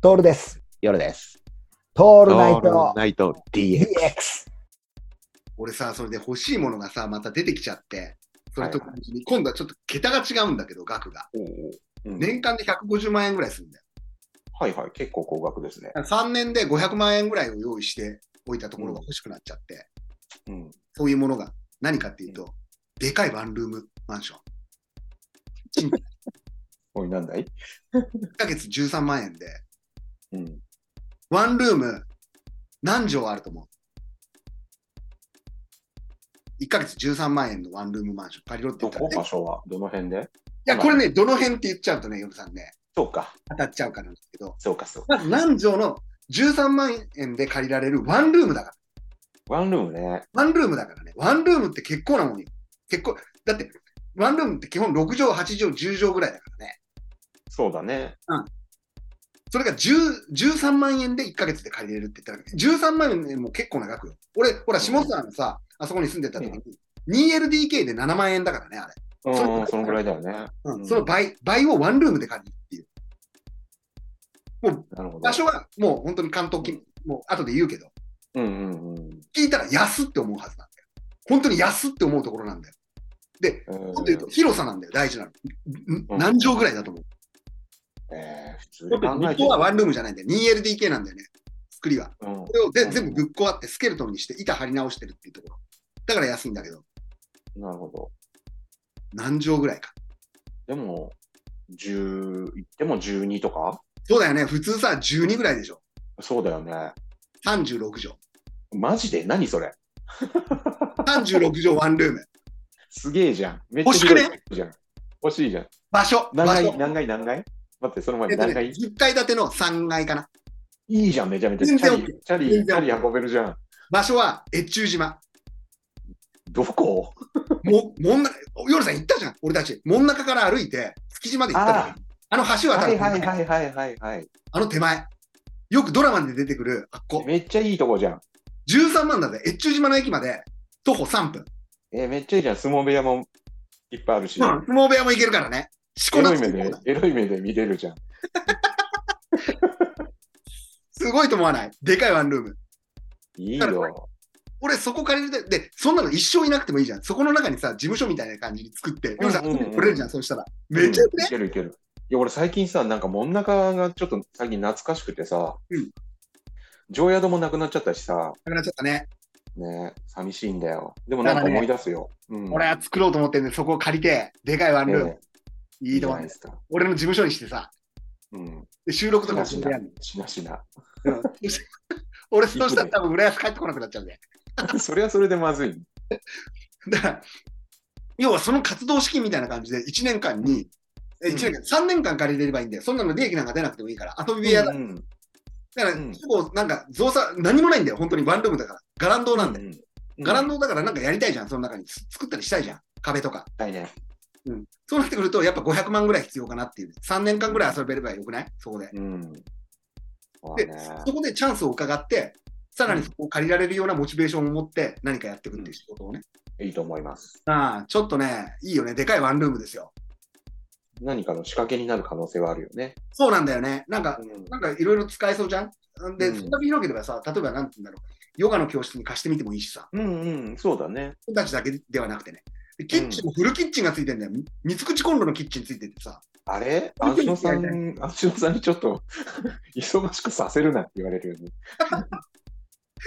トールです。夜です。トオールナイトナイト DX。 DX。俺さ、それで欲しいものがさ、また出てきちゃって、それと同時に、今度はちょっと桁が違うんだけど、額が。うん年間で150万円ぐらいするんだよ。はいはい、結構高額ですね。 3年で500万円ぐらいを用意しておいたところが欲しくなっちゃって、うん、そういうものが何かっていうと、でかいワンルームマンション。おい、なんだい、 1ヶ月13万円で、うん、ワンルーム何畳あると思う ?1 ヶ月13万円のワンルームマンション、パリロって言どったらこね、場所はどの辺でいや、これね、どの辺って言っちゃうとね、夜さんね、そうか、当たっちゃうからなんですけど、そうか、そうか。まず何畳の13万円で借りられるワンルームだから。ワンルームね。ワンルームだからね。ワンルームって結構なもんよ。結構、だって、ワンルームって基本6畳、8畳、10畳ぐらいだからね。そうだね。それが10 13万円で1ヶ月で借りれるって言ったら、13万円も結構な額よ。俺、ほら、下沢のさ、あそこに住んでた時に、2LDK で7万円だからね、あれ。うん、それそのぐらいだよね。うんうんその倍、倍をワンルームで借りるっていう。なるほど。場所はもう本当に関東近、もう後で言うけど、うんうんうん。聞いたら安って思うはずなんだよ。本当に安って思うところなんだよ。えーもっと言うと広さなんだよ、大事なの。んうん何畳ぐらいだと思うえー普通にだって考え本て当はワンルームじゃないんだよ。2LDK なんだよね、作りは。うんこれをでうん全部ぶっ壊ってスケルトンにして板張り直してるっていうところ。だから安いんだけど、なるほど。何畳ぐらいか。でも、10、言っても12とかそうだよね、普通さ、12ぐらいでしょ。そうだよね。 36畳。マジで何それ36畳ワンルーム。すげえじゃん。めっ欲しくね広いじゃん欲しいじゃん。場所、場何所階、。何階、何階待って、そのえ前にっと何ね、階10階建ての3階かな。いいじゃん、めちゃめちゃ。チ全然ャリ OK、チャリ、チ全然ャ OK リ運べるじゃん。場所は越中島。どこも、もんな、夜さん行ったじゃん、俺たち。門中から歩いて、築地まで行ったじゃんああの橋渡はる、いはいはいはいはいはい。あの手前。よくドラマで出てくる、あっこ。めっちゃいいとこじゃん。 13万だぜ。越中島の駅まで、徒歩3分。えーめっちゃいいじゃん。相撲部屋もいっぱいあるし。相撲部屋も行けるからね。しこエなロくいて目もで、エロい目で見れるじゃん。すごいと思わない。でかいワンルーム。いいよ。俺、そこ借りるで、で、そんなの一生いなくてもいいじゃん。そこの中にさ、事務所みたいな感じに作って、夜さん、うんうんうん来れるじゃん、そうしたら。めちゃくうんいちゃ、けるいける。いや、俺最近さ、なんか真ん中がちょっと最近懐かしくてさ、うん常宿もなくなっちゃったしさ、なくなっちゃったね。ね、寂しいんだよ。でもなんかただね思い出すよ。うん俺は作ろうと思ってんで、そこを借りて、でかいワンねルーム。いいいいじとゃ思なういですか。俺の事務所にしてさ、うん。で収録としかなもししてやんのな。。しなしな。 うん 俺、そうしたら多分浦安帰ってこなくなっちゃうんで。それはそれでまずい。だから、要はその活動資金みたいな感じで、1年間に、えうん1年間、3年間借りれればいいんだよ。そんなの利益なんか出なくてもいいから、遊び部屋だ。うんうんだから、うんほぼなんか、造作、何もないんだよ。本当にワンルームだから。ガランドなんだよ。うんガランドだからなんかやりたいじゃん。その中につ作ったりしたいじゃん。壁とか。だいね。うん。そうなってくると、やっぱ500万ぐらい必要かなっていう。3年間ぐらい遊べればよくないそこで。うん。そうだでね、そこでチャンスを伺って、さらにそこを借りられるようなモチベーションを持って何かやっていくっていう仕事をね。いいと思います。ああ、ちょっとね、いいよね。でかいワンルームですよ。何かの仕掛けになる可能性はあるよね。そうなんだよね。なんか、なんかいろいろ使えそうじゃんで、うんそんなに広ければさ、例えばなんて言うんだろう。ヨガの教室に貸してみてもいいしさ。うんうん、そうだね。子たちだけではなくてね。でキッチンもフルキッチンがついてんだよ。み三つ口コンロのキッチンついててさ。あれそういうふう安に野さやん、安野さんにちょっと忙しくさせるなって言われるよね。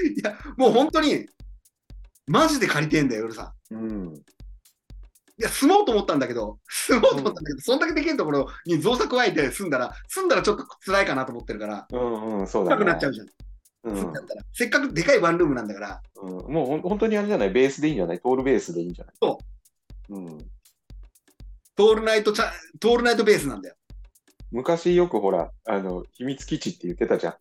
いや、もう本当に、マジで借りてんだよ、夜さん。うん。いや、住もうと思ったんだけど、住もうと思ったんだけど、そんだけできるところに造作加えて住んだら、住んだらちょっと辛いかなと思ってるから、うんうん、そうだ高ね。くなっちゃうじゃん。う住んんだったら。せっかくでかいワンルームなんだから、うん、もうほん本当にあれじゃないベースでいいんじゃないトールベースでいいんじゃない。そううん。トールナイトチャ、トールナイトベースなんだよ。昔よくほら、あの、秘密基地って言ってたじゃん。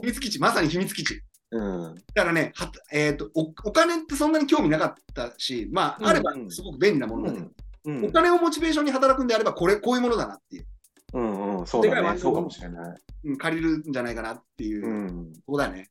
秘密基地、まさに秘密基地。うん。だからね、はたえー、とおお金ってそんなに興味なかったし、まうんあ、あればすごく便利なものなんだけど、うんお金をモチベーションに働くんであれば、これ、こういうものだなっていう、うんうん、そうでかいだワンね。ルームそうかもしれない。うん、借りるんじゃないかなっていうう、ん。ここだね。